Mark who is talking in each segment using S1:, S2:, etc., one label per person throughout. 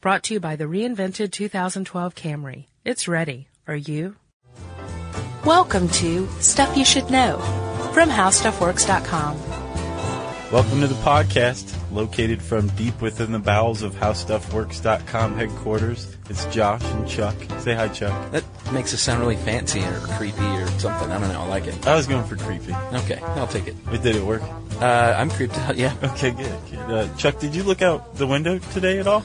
S1: Brought to you by the reinvented 2012 Camry. It's ready. Are you? Welcome to Stuff You Should Know from HowStuffWorks.com.
S2: Welcome to the podcast, located from deep within the bowels of HowStuffWorks.com headquarters. It's Josh and Chuck. Say hi, Chuck.
S3: That makes it sound really fancy or creepy or something. I don't know. I like it.
S2: I was going for creepy.
S3: Okay, I'll take it.
S2: It did it work?
S3: Uh, I'm creeped out. Yeah,
S2: Okay, good. good. Uh, Chuck, did you look out the window today at all?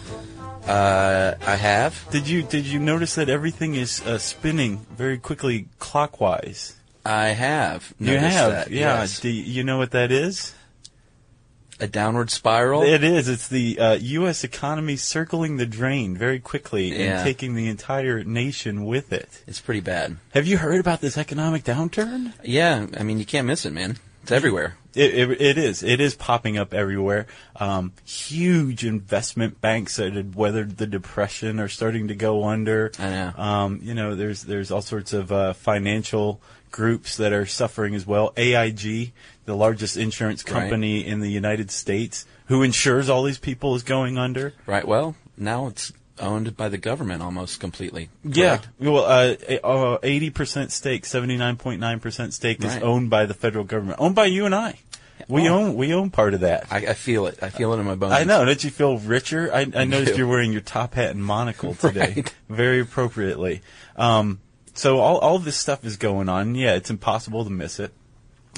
S3: uh, I have.
S2: Did you Did you notice that everything is uh, spinning very quickly clockwise?
S3: I have.
S2: you
S3: noticed
S2: have,
S3: that,
S2: yeah.
S3: yes.
S2: Do you you know what that is?
S3: a downward spiral.
S2: It is. It's the uh, U.S. economy circling the drain very quickly and
S3: Yeah.
S2: taking the entire nation with it.
S3: It's pretty bad.
S2: Have you heard about this economic downturn?
S3: Yeah, I mean you can't miss it, man. It's everywhere.
S2: It, it, it is. It is popping up everywhere. Um, huge investment banks that had weathered the depression are starting to go under.
S3: I know.
S2: Um, you know, there's there's all sorts of uh, financial groups that are suffering as well. AIG, the largest insurance
S3: Right.
S2: company in the United States, who insures all these people, is going under.
S3: Right. Well, now it's owned by the government almost completely. correct?
S2: Yeah. Well, uh, a- uh, 80% stake, 79.9% stake is
S3: Right.
S2: owned by the federal government, owned by you and I. We
S3: Well-
S2: own we own part of that.
S3: I, I feel it. I feel it in my bones.
S2: I know. Don't you feel richer? I, I noticed
S3: do.
S2: you're wearing your top hat and monocle today,
S3: Right.
S2: very appropriately. Um, so all all this stuff is going on. Yeah, it's impossible to miss it.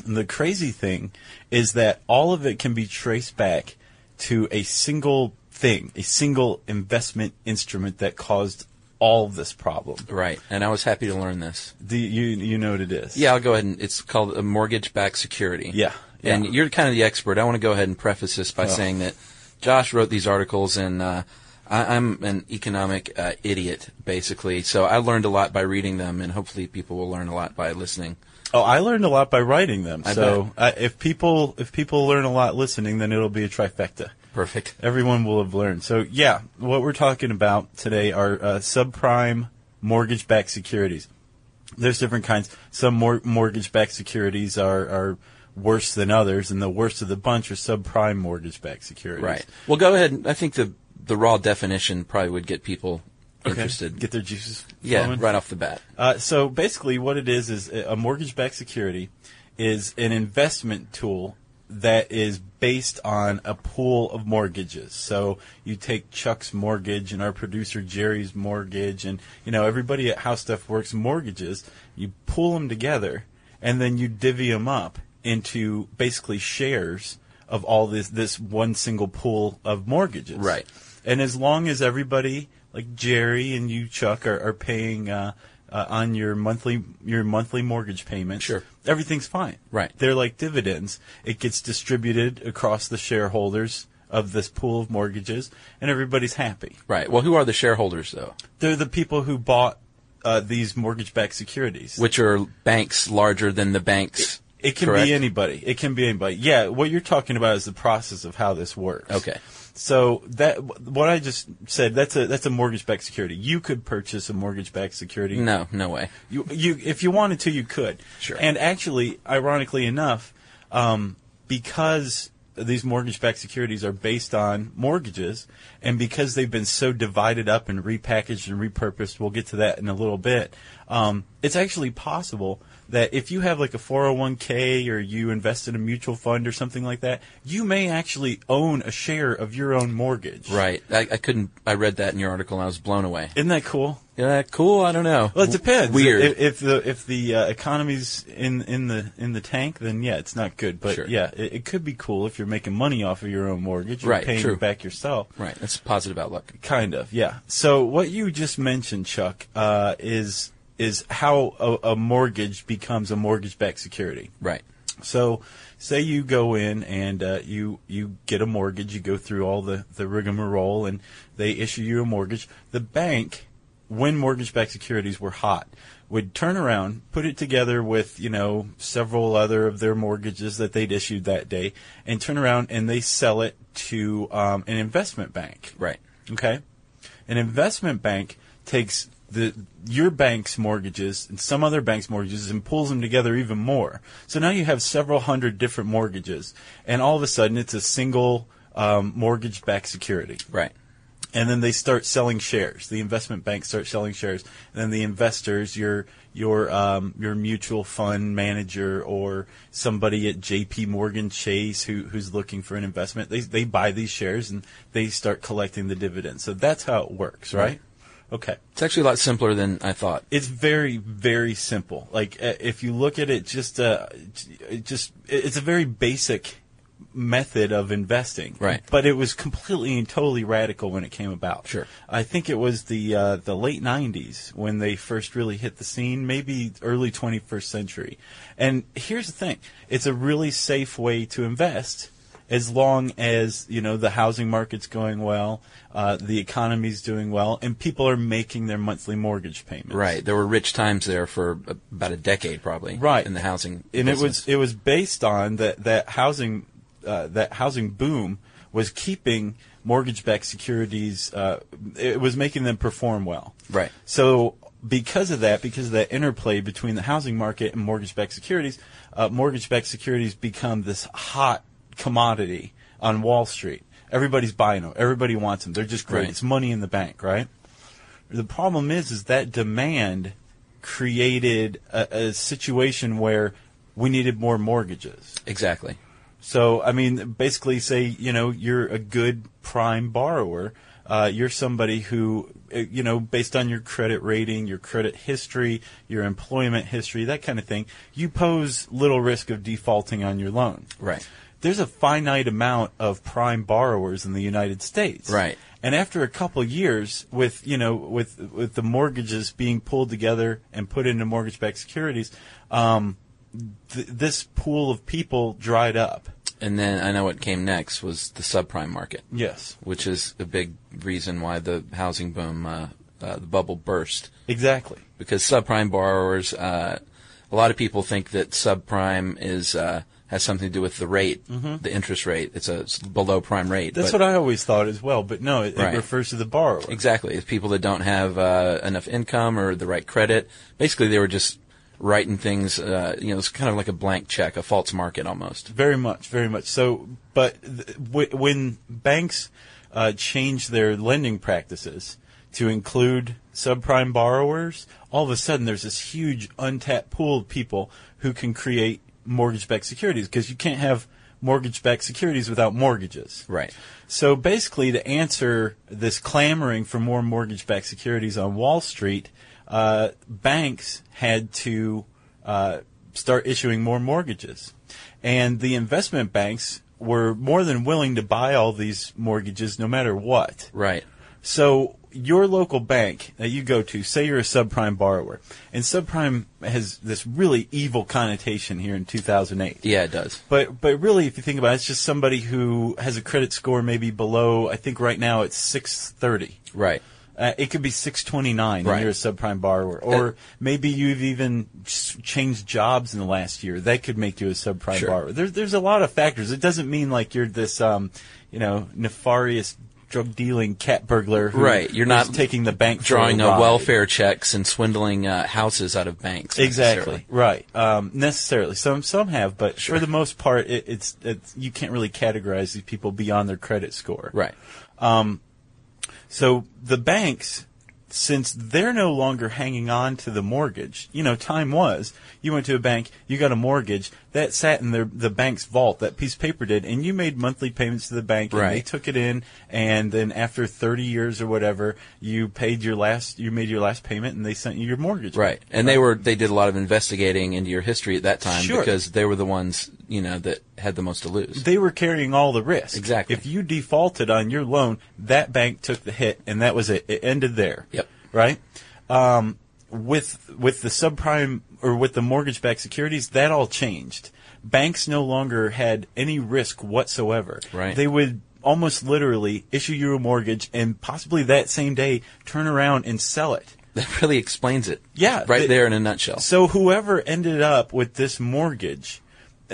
S2: And the crazy thing is that all of it can be traced back to a single thing, a single investment instrument that caused all this problem.
S3: Right. And I was happy to learn this.
S2: Do you you know what it is?
S3: Yeah, I'll go ahead and it's called a mortgage-backed security.
S2: Yeah, yeah. Oh.
S3: And you're kind of the expert. I want to go ahead and preface this by saying that Josh wrote these articles, and uh, I, I'm an economic uh, idiot, basically. So I learned a lot by reading them, and hopefully people will learn a lot by listening.
S2: Oh, I learned a lot by writing them.
S3: I
S2: so uh, if people if people learn a lot listening, then it'll be a trifecta.
S3: Perfect.
S2: everyone will have learned. So yeah, what we're talking about today are uh, subprime mortgage-backed securities. There's different kinds. Some mor- mortgage-backed securities are, are worse than others, and the worst of the bunch are subprime mortgage-backed securities.
S3: Right. Well, go ahead. and- I think the the raw definition probably would get people
S2: Okay.
S3: interested.
S2: Get their juices.
S3: yeah,
S2: flowing.
S3: right off the bat.
S2: Uh, so basically, what it is is a mortgage-backed security is an investment tool that is based on a pool of mortgages. So you take Chuck's mortgage and our producer Jerry's mortgage, and you know everybody at How Stuff Works mortgages. You pool them together, and then you divvy them up into basically shares of all this this one single pool of mortgages.
S3: Right.
S2: And as long as everybody, like Jerry and you, Chuck, are, are paying uh, uh, on your monthly your monthly mortgage payments,
S3: Sure.
S2: everything's fine.
S3: Right.
S2: They're like dividends. It gets distributed across the shareholders of this pool of mortgages, and everybody's happy.
S3: Right. Well, who are the shareholders though?
S2: They're the people who bought uh, these mortgage-backed securities.
S3: Which are banks larger than the banks?
S2: It can
S3: correct?
S2: be anybody. It can be anybody. Yeah, what you're talking about is the process of how this works.
S3: Okay.
S2: So that what I just said that's a that's a mortgage-backed security. You could purchase a mortgage-backed security.
S3: No, no way.
S2: You you if you wanted to you could.
S3: Sure.
S2: And actually, ironically enough, um, because these mortgage-backed securities are based on mortgages, and because they've been so divided up and repackaged and repurposed, we'll get to that in a little bit. Um, it's actually possible that if you have like a 401k or you invest in a mutual fund or something like that, you may actually own a share of your own mortgage.
S3: Right. I, I couldn't. I read that in your article and I was blown away.
S2: Isn't that cool?
S3: Yeah, Uh, cool. I don't know.
S2: Well, it depends.
S3: Weird.
S2: If, if the if the uh, economy's in in the in the tank, then yeah, it's not good. But
S3: Sure.
S2: yeah, it, it could be cool if you're making money off of your own mortgage. You're
S3: Right,
S2: paying
S3: true.
S2: it back yourself.
S3: right. That's a positive outlook.
S2: Kind of. Yeah. So what you just mentioned, Chuck, uh, is is how a, a mortgage becomes a mortgage-backed security.
S3: Right.
S2: So, say you go in and uh, you you get a mortgage. You go through all the the rigmarole, and they issue you a mortgage. The bank, when mortgage-backed securities were hot, would turn around, put it together with you know several other of their mortgages that they'd issued that day, and turn around and they sell it to um, an investment bank.
S3: Right.
S2: Okay. An investment bank takes the your bank's mortgages and some other bank's mortgages and pulls them together even more. So now you have several hundred different mortgages, and all of a sudden it's a single um, mortgage-backed security.
S3: Right.
S2: and then they start selling shares. The investment banks start selling shares, and then the investors, your your um, your mutual fund manager or somebody at J.P. Morgan Chase who who's looking for an investment, they they buy these shares and they start collecting the dividends. So that's how it works, right? Okay.
S3: It's actually a lot simpler than I thought.
S2: It's very very simple. Like uh, if you look at it, just uh, it just it- it's a very basic method of investing.
S3: Right.
S2: But it was completely and totally radical when it came about.
S3: Sure.
S2: I think it was the uh, the late '90s when they first really hit the scene, maybe early 21st century. And here's the thing: it's a really safe way to invest. As long as you know the housing market's going well, uh, the economy's doing well, and people are making their monthly mortgage payments,
S3: Right. There were rich times there for a- about a decade, probably.
S2: Right.
S3: In the housing.
S2: and it
S3: business.
S2: was it was based on that that housing uh, that housing boom was keeping mortgage-backed securities. Uh, it was making them perform well.
S3: Right.
S2: So because of that, because of that interplay between the housing market and mortgage-backed securities, uh, mortgage-backed securities become this hot commodity on Wall Street. Everybody's buying them. Everybody wants them. They're just great.
S3: Right.
S2: It's money in the bank, right? The problem is, is that demand created a, a situation where we needed more mortgages.
S3: Exactly.
S2: So, I mean, basically, say you know you're a good prime borrower. Uh, you're somebody who, uh, you know, based on your credit rating, your credit history, your employment history, that kind of thing, you pose little risk of defaulting on your loan.
S3: Right.
S2: There's a finite amount of prime borrowers in the United States.
S3: Right.
S2: And after a couple of years, with you know, with with the mortgages being pulled together and put into mortgage-backed securities, um, th- this pool of people dried up.
S3: And then I know what came next was the subprime market,
S2: Yes,
S3: which is a big reason why the housing boom, uh, uh, the bubble burst.
S2: exactly.
S3: because subprime borrowers, uh, a lot of people think that subprime is uh, has something to do with the rate, the interest rate. It's a s- below prime rate.
S2: Mm-hmm. That's
S3: but
S2: what I always thought as well, but no, it,
S3: Right.
S2: it refers to the borrower.
S3: exactly. It's people that don't have uh, enough income or the right credit. Basically, they were just writing things. Uh, you know, it's kind of like a blank check, a false market almost.
S2: Very much, very much. So, but th- w- when banks uh, change their lending practices to include subprime borrowers, all of a sudden there's this huge untapped pool of people who can create mortgage-backed securities because you can't have mortgage-backed securities without mortgages.
S3: Right.
S2: So basically, to answer this clamoring for more mortgage backed securities on Wall Street, uh, banks had to uh, start issuing more mortgages. And the investment banks were more than willing to buy all these mortgages no matter what.
S3: Right.
S2: So your local bank that you go to, say you're a subprime borrower, and subprime has this really evil connotation here in 2008.
S3: Yeah, it does.
S2: But but really, if you think about it, it's just somebody who has a credit score maybe below. I think right now it's six thirty.
S3: Right.
S2: Uh, it could be six twenty nine.
S3: Right.
S2: You're a subprime borrower, or
S3: Uh,
S2: maybe you've even s- changed jobs in the last year. That could make you a subprime
S3: Sure.
S2: borrower. There's there's a lot of factors. It doesn't mean like you're this um you know nefarious drug dealing cat burglar. Who,
S3: Right. You're
S2: who's
S3: not
S2: taking the bank for
S3: Drawing
S2: a
S3: uh,
S2: ride.
S3: welfare checks and swindling uh, houses out of banks.
S2: Exactly
S3: necessarily.
S2: right. Um, necessarily, some some have, but
S3: Sure.
S2: for the most part, it, it's, it's you can't really categorize these people beyond their credit score.
S3: Right.
S2: So the banks, since they're no longer hanging on to the mortgage, you know, time was you went to a bank, you got a mortgage that sat in their, the bank's vault, that piece of paper did, and you made monthly payments to the bank, and they
S3: Right.
S2: took it in, and then after thirty years or whatever, you paid your last, you made your last payment, and they sent you your mortgage.
S3: Right. And they were they did a lot of investigating into your history at that time
S2: Sure.
S3: because they were the ones, you know, that had the most to lose.
S2: they were carrying all the risk.
S3: Exactly.
S2: If you defaulted on your loan, that bank took the hit, and that was it. It ended there.
S3: Yep.
S2: Right. Um, with with the subprime or with the mortgage backed securities, that all changed. Banks no longer had any risk whatsoever.
S3: Right.
S2: They would almost literally issue you a mortgage and possibly that same day turn around and sell it.
S3: that really explains it.
S2: Yeah,
S3: Right
S2: they-
S3: there in a nutshell.
S2: So whoever ended up with this mortgage,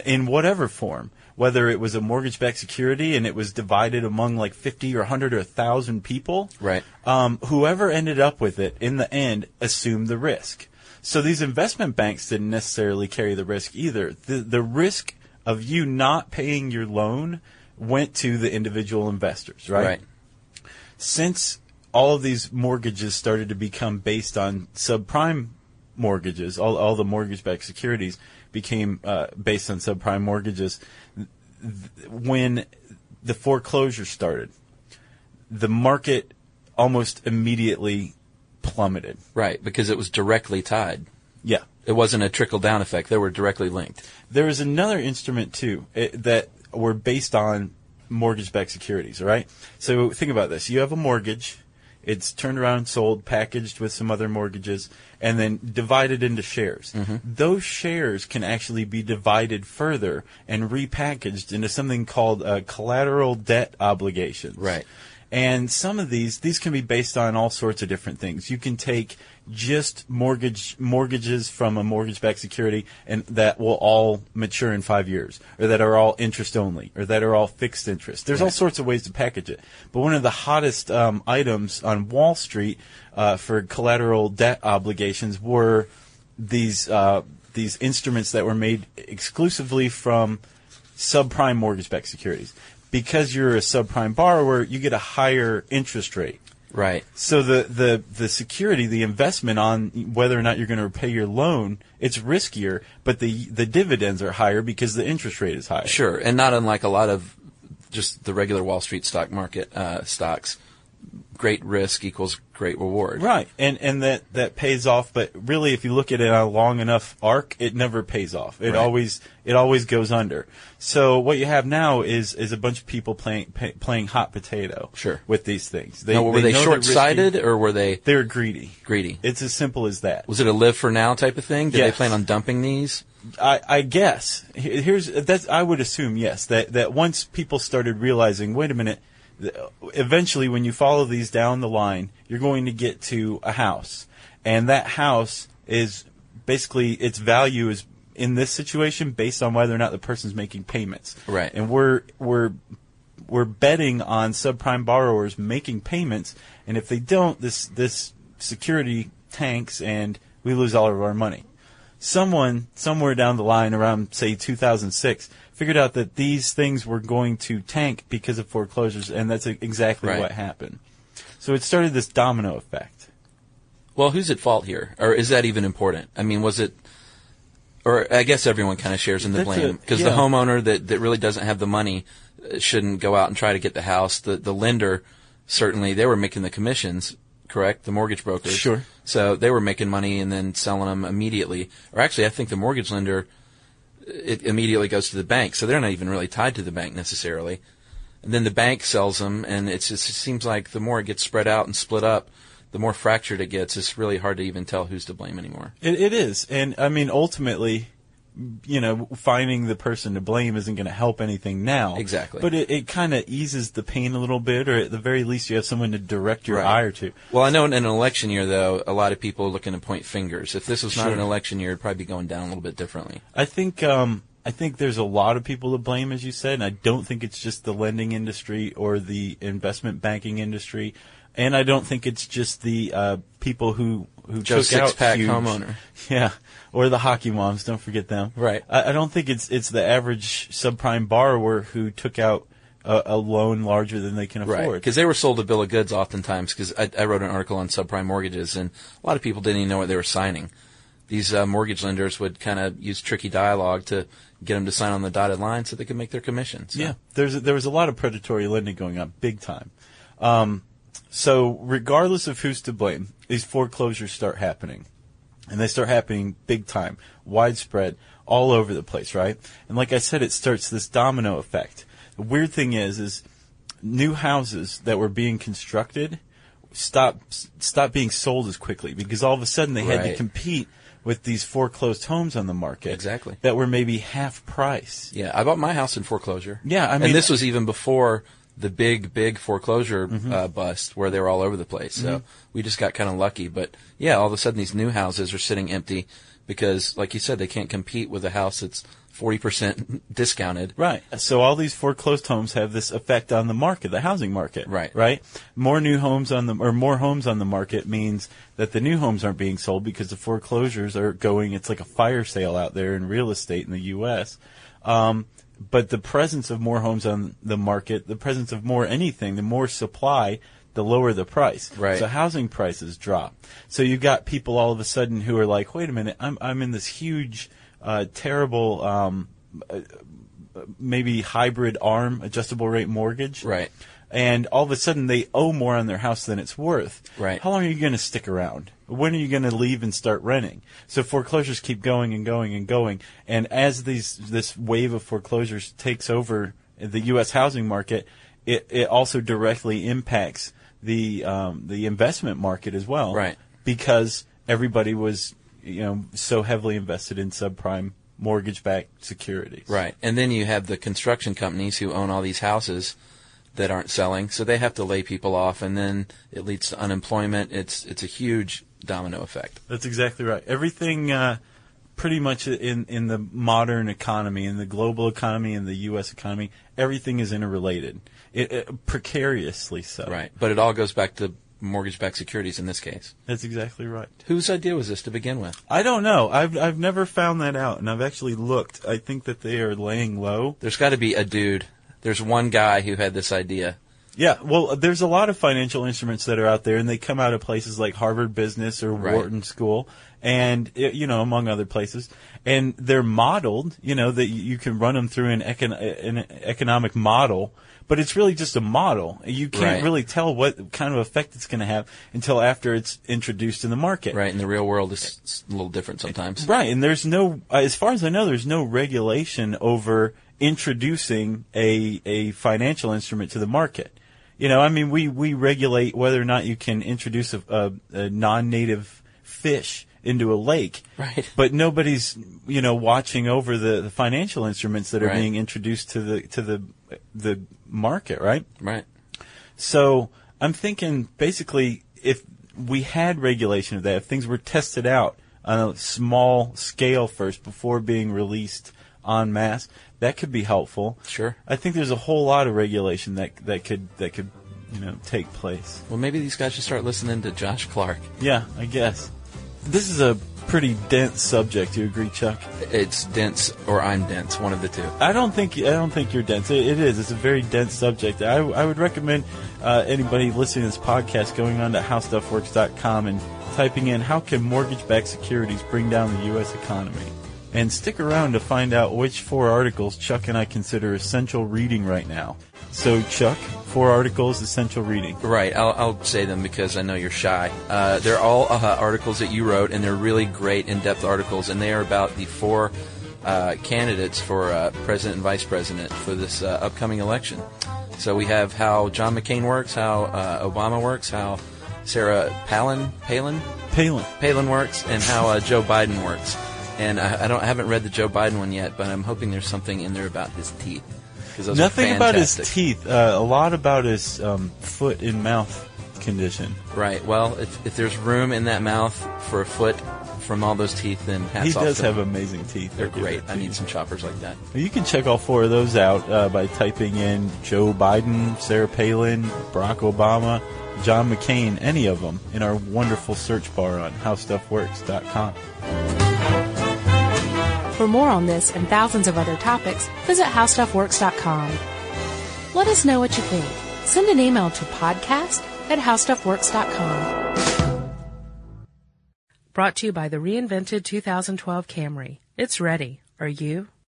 S2: in whatever form, whether it was a mortgage-backed security and it was divided among like fifty or hundred or thousand people,
S3: Right.
S2: Um, whoever ended up with it in the end assumed the risk. So these investment banks didn't necessarily carry the risk either. The the risk of you not paying your loan went to the individual investors,
S3: right.
S2: right? since all of these mortgages started to become based on subprime mortgages, all, all the mortgage backed securities became uh, based on subprime mortgages. Th- th- When the foreclosure started, the market almost immediately plummeted.
S3: Right, because it was directly tied.
S2: Yeah.
S3: It wasn't a trickle down effect. They were directly linked.
S2: There is another instrument too it, that were based on mortgage-backed securities. All right. So think about this: you have a mortgage. It's turned around, and sold, packaged with some other mortgages, and then divided into shares. Those shares can actually be divided further and repackaged into something called uh, collateral debt obligations.
S3: Right.
S2: And some of these, these can be based on all sorts of different things. You can take just mortgage mortgages from a mortgage-backed security, and that will all mature in five years, or that are all interest only, or that are all fixed interest. There's all sorts of ways to package it. But one of the hottest um, items on Wall Street uh, for collateral debt obligations were these uh, these instruments that were made exclusively from subprime mortgage-backed securities. Because you're a subprime borrower, you get a higher interest rate.
S3: Right.
S2: So the, the, the security, the investment on whether or not you're going to repay your loan, it's riskier, but the, the dividends are higher because the interest rate is higher.
S3: Sure, and not unlike a lot of just the regular Wall Street stock market uh, stocks, great risk equals great reward.
S2: Right. And, and that, that pays off, but really if you look at it on a long enough arc, it never pays off. It
S3: Right.
S2: always, it always goes under. So what you have now is, is a bunch of people playing, pay, playing hot potato.
S3: Sure.
S2: With these things.
S3: Now, were they,
S2: know they're risky.
S3: short-sighted or were they?
S2: They were greedy.
S3: Greedy.
S2: It's as simple as that.
S3: Was it a live for now type of thing? Did
S2: Yes.
S3: they plan on dumping these?
S2: I, I guess Here- here's that's I would assume yes that that once people started realizing wait a minute th- eventually when you follow these down the line you're going to get to a house and that house is basically its value is in this situation based on whether or not the person's making payments
S3: Right.
S2: and we're we're we're betting on subprime borrowers making payments and if they don't this this security tanks and we lose all of our money someone somewhere down the line around say 2006 figured out that these things were going to tank because of foreclosures and that's exactly
S3: Right.
S2: what happened so it started this domino effect
S3: Well, who's at fault here, or is that even important? I mean, was it? Or I guess everyone kind of shares in the
S2: That's a-
S3: blame because
S2: yeah.
S3: the homeowner that, that really doesn't have the money uh, shouldn't go out and try to get the house. The the lender certainly they were making the commissions, correct? The mortgage brokers,
S2: Sure.
S3: So they were making money and then selling them immediately. Or actually, I think the mortgage lender it immediately goes to the bank, so they're not even really tied to the bank necessarily. And then the bank sells them, and it's just, it seems like the more it gets spread out and split up, the more fractured it gets. It's really hard to even tell who's to blame anymore.
S2: it, it is and i mean ultimately you know finding the person to blame isn't going to help anything now
S3: Exactly.
S2: but it, it kind of eases the pain a little bit or at the very least you have someone to direct your
S3: Right.
S2: ire to
S3: Well, I know in an election year, though, a lot of people are looking to point fingers. If this was not
S2: Sure.
S3: an election year, it'd probably be going down a little bit differently.
S2: I think um, I think there's a lot of people to blame, as you said, and I don't think it's just the lending industry or the investment banking industry, and I don't think it's just the uh, people who who
S3: Joe
S2: took out
S3: Sixpack
S2: huge-
S3: homeowner.
S2: yeah, or the hockey moms. Don't forget them.
S3: Right.
S2: I, I don't think it's it's the average subprime borrower who took out a, a loan larger than they can
S3: Right.
S2: afford.
S3: Because they were sold a bill of goods oftentimes, because I, I wrote an article on subprime mortgages, and a lot of people didn't even know what they were signing. These uh, mortgage lenders would kind of use tricky dialogue to get them to sign on the dotted line so they could make their commission. So-
S2: Yeah, there's there was a lot of predatory lending going on, big time. Um, so regardless of who's to blame, these foreclosures start happening, and they start happening big time, widespread, all over the place, right? And like I said, it starts this domino effect. The weird thing is, is new houses that were being constructed stop stop being sold as quickly because all of a sudden they had to
S3: Right.
S2: compete with these foreclosed homes on the market
S3: Exactly.
S2: that were maybe half price.
S3: Yeah, I bought my house in foreclosure.
S2: Yeah, I mean-
S3: and this was even before the big, big foreclosure uh, bust where they were all over the place. So we just got kind of lucky. But yeah, all of a sudden these new houses are sitting empty because, like you said, they can't compete with a house that's forty percent discounted.
S2: Right. So all these foreclosed homes have this effect on the market, the housing market.
S3: Right.
S2: Right. More new homes on the or more homes on the market means that the new homes aren't being sold because the foreclosures are going. It's like a fire sale out there in real estate in the U.S. Um, but the presence of more homes on the market, the presence of more anything, the more supply, the lower the price.
S3: Right.
S2: So housing prices drop. So you got people all of a sudden who are like, wait a minute, I'm I'm in this huge, uh, terrible, um, uh, maybe hybrid ARM adjustable rate mortgage.
S3: Right.
S2: And all of a sudden they owe more on their house than it's worth.
S3: Right.
S2: How long are you going to stick around? When are you going to leave and start renting? So foreclosures keep going and going and going. And as these this wave of foreclosures takes over the U.S. housing market, it, it also directly impacts the um, the investment market as well.
S3: Right.
S2: Because everybody was you know so heavily invested in subprime mortgage-backed securities.
S3: Right. And then you have the construction companies who own all these houses that aren't selling, so they have to lay people off and then it leads to unemployment. It's it's a huge domino effect.
S2: That's exactly right. Everything, uh, pretty much in in the modern economy, in the global economy, in the U.S. economy, everything is interrelated, it, it, precariously so.
S3: Right. But it all goes back to mortgage-backed securities in this case.
S2: That's exactly right.
S3: Whose idea was this to begin with?
S2: I don't know. I've I've never found that out, and I've actually looked. I think that they are laying low.
S3: There's got to be a dude. There's one guy who had this idea.
S2: Yeah, well, there's a lot of financial instruments that are out there, and they come out of places like Harvard Business or
S3: Right.
S2: Wharton School, and uh, you know, among other places. And they're modeled, you know, that you you can run them through an, econ- an economic model, but it's really just a model. You can't
S3: Right.
S2: really tell what kind of effect it's going to have until after it's introduced in the market.
S3: Right. In the real world, it's, it's a little different sometimes.
S2: Right, and there's no, uh, as far as I know, there's no regulation over introducing a a financial instrument to the market. You know, I mean, we we regulate whether or not you can introduce a, a, a non-native fish into a lake,
S3: Right.
S2: But nobody's you know watching over the, the financial instruments that are
S3: Right.
S2: being introduced to the to the the market, right?
S3: Right.
S2: So I'm thinking basically if we had regulation of that, if things were tested out on a small scale first before being released en masse, that could be helpful.
S3: Sure.
S2: I think there's a whole lot of regulation that that could that could you know take place.
S3: Well, maybe these guys should start listening to Josh Clark.
S2: Yeah, I guess. This is a pretty dense subject. You agree, Chuck?
S3: It's dense or I'm dense, one of the two.
S2: I don't think I don't think you're dense. It, it is. It's a very dense subject. I, I would recommend uh, anybody listening to this podcast going on to howstuffworks.com and typing in how can mortgage-backed securities bring down the U.S. economy. And stick around to find out which four articles Chuck and I consider essential reading right now. So, Chuck, four articles, essential reading.
S3: Right. I'll, I'll say them because I know you're shy. Uh, they're all uh, articles that you wrote, and they're really great, in depth articles, and they are about the four uh, candidates for uh, president and vice president for this uh, upcoming election. So we have how John McCain works, how uh, Obama works, how Sarah Palin, Palin,
S2: Palin.
S3: Palin works, and how uh, Joe Biden works. And I, I don't I haven't read the Joe Biden one yet, but I'm hoping there's something in there about his teeth. 'cause those are
S2: Nothing about his
S3: fantastic.
S2: teeth. Uh, a lot about his um, foot and mouth condition.
S3: Right. Well, if, if there's room in that mouth for a foot from all those teeth, then hats
S2: He
S3: off
S2: does
S3: to him.
S2: have amazing teeth.
S3: They're
S2: I'll give
S3: great.
S2: it to
S3: I
S2: you.
S3: need some choppers like that.
S2: You can check all four of those out uh, by typing in Joe Biden, Sarah Palin, Barack Obama, John McCain, any of them in our wonderful search bar on howstuffworks.com.
S1: For more on this and thousands of other topics, visit howstuffworks.com. Let us know what you think. Send an email to podcast at howstuffworks.com. Brought to you by the reinvented 2012 Camry. It's ready. Are you?